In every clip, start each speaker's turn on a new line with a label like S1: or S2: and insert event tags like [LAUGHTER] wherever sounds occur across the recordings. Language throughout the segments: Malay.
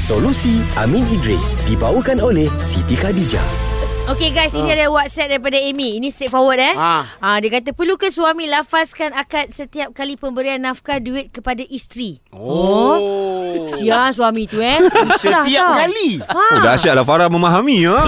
S1: Solusi Amin Idris dibawakan oleh Siti Khadijah.
S2: Okey guys, ini ada WhatsApp daripada Amy. Ini straightforward eh.
S3: Ah.
S2: Ah, dia kata perlukah suami lafazkan akad setiap kali pemberian nafkah duit kepada isteri?
S3: Oh.
S2: Sia suami tu
S3: [LAUGHS]
S2: eh. Susah
S3: Setiap
S2: tau.
S3: kali.
S2: Ha.
S4: Oh, dahsyatlah Farah memahami ya.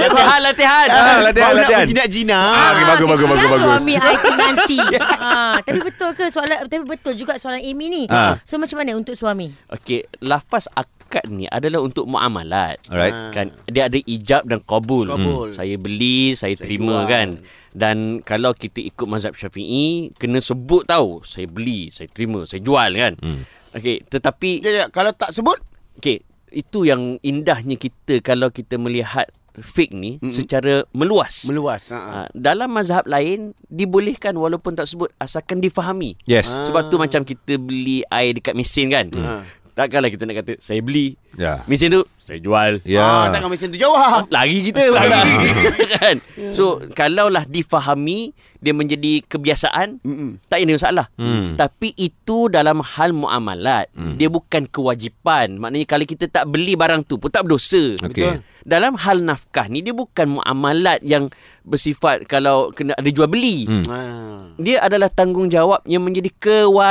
S3: Latihan, latihan.
S4: Ah, latihan,
S3: Baru
S4: latihan.
S3: Nak jinak jinak.
S4: Ah, okey, bagus, bagus,
S2: kesian
S4: bagus, bagus.
S2: Suami I think
S3: [LAUGHS]
S2: nanti. ha, tapi betul ke soalan tapi betul juga soalan Amy ni.
S4: Ah.
S2: So macam mana untuk suami?
S5: Okey, lafaz akad ni adalah untuk muamalat.
S4: Alright.
S5: Kan dia ada ijab dan qabul.
S3: Qabul.
S5: Saya beli, saya, saya terima jual.
S3: jual.
S5: kan. Dan kalau kita ikut mazhab Syafi'i, kena sebut tahu, saya beli, saya terima, saya jual kan. Hmm. Okey, tetapi
S3: Ya, ya. Kalau tak sebut,
S5: okey, itu yang indahnya kita kalau kita melihat fake ni mm secara meluas.
S3: meluas.
S4: Ah,
S3: Ha.
S5: Ha, dalam mazhab lain dibolehkan walaupun tak sebut asalkan difahami. Ha.
S4: Yes.
S5: Sebab tu macam kita beli air dekat mesin kan.
S3: Ah.
S5: Hmm. Takkanlah kita nak kata saya beli.
S4: Ya.
S5: Mesin tu saya jual.
S4: Ya.
S3: Ah, takkan mesin tu jawab.
S5: Lari kita lari. kan? So kalaulah difahami dia menjadi kebiasaan Mm-mm. tak ada masalah.
S4: Hmm.
S5: Tapi itu dalam hal muamalat. Mm. Dia bukan kewajipan. Maknanya kalau kita tak beli barang tu pun tak berdosa.
S4: Okey.
S5: Dalam hal nafkah ni dia bukan muamalat yang bersifat kalau kena ada jual beli. Mm.
S3: Ha.
S5: Dia adalah tanggungjawab yang menjadi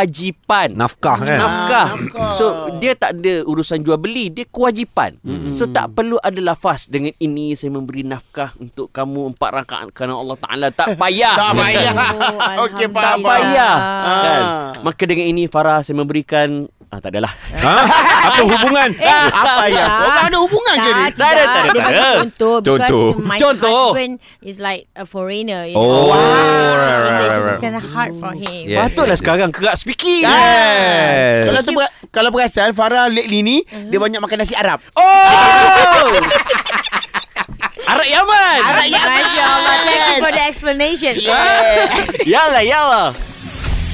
S5: kewajipan.
S4: Nafkah kan.
S5: Nafkah.
S3: Ah, nafkah.
S5: So dia tak ada urusan jual beli, dia kewajipan.
S4: Mm-hmm.
S5: So tak perlu ada lafaz dengan ini saya memberi nafkah untuk kamu empat rakaat kerana Allah Taala tak payah. Kan?
S3: Tak payah.
S2: Oh,
S3: [LAUGHS] Okey,
S5: tak
S3: faham.
S5: payah.
S2: Ah.
S5: Kan? Maka dengan ini Farah saya memberikan ah tak adalah.
S4: Ha? Apa hubungan?
S3: [LAUGHS]
S5: Eh,
S3: Apa ya? Orang ada hubungan ke ni?
S2: Tak,
S5: Tak ada, tak
S2: tidak.
S5: ada,
S2: Dia
S5: tak
S2: bagi
S5: ada.
S2: contoh because
S4: Contoh.
S2: my
S5: Contoh.
S2: husband is like a foreigner. You
S4: Oh,
S2: know?
S4: right,
S2: English
S4: right, right,
S2: is
S4: right.
S2: kind of hard for him.
S4: Yes,
S5: Patutlah
S4: yes,
S5: sekarang kerak speaking.
S4: Yes.
S3: Kalau tu ber- kalau perasan Farah lately ni dia banyak makan nasi Arab.
S5: Oh! Arak Yaman.
S3: Arak Yaman.
S2: Masya Allah. Thank you for the explanation.
S5: Yalah, yalah.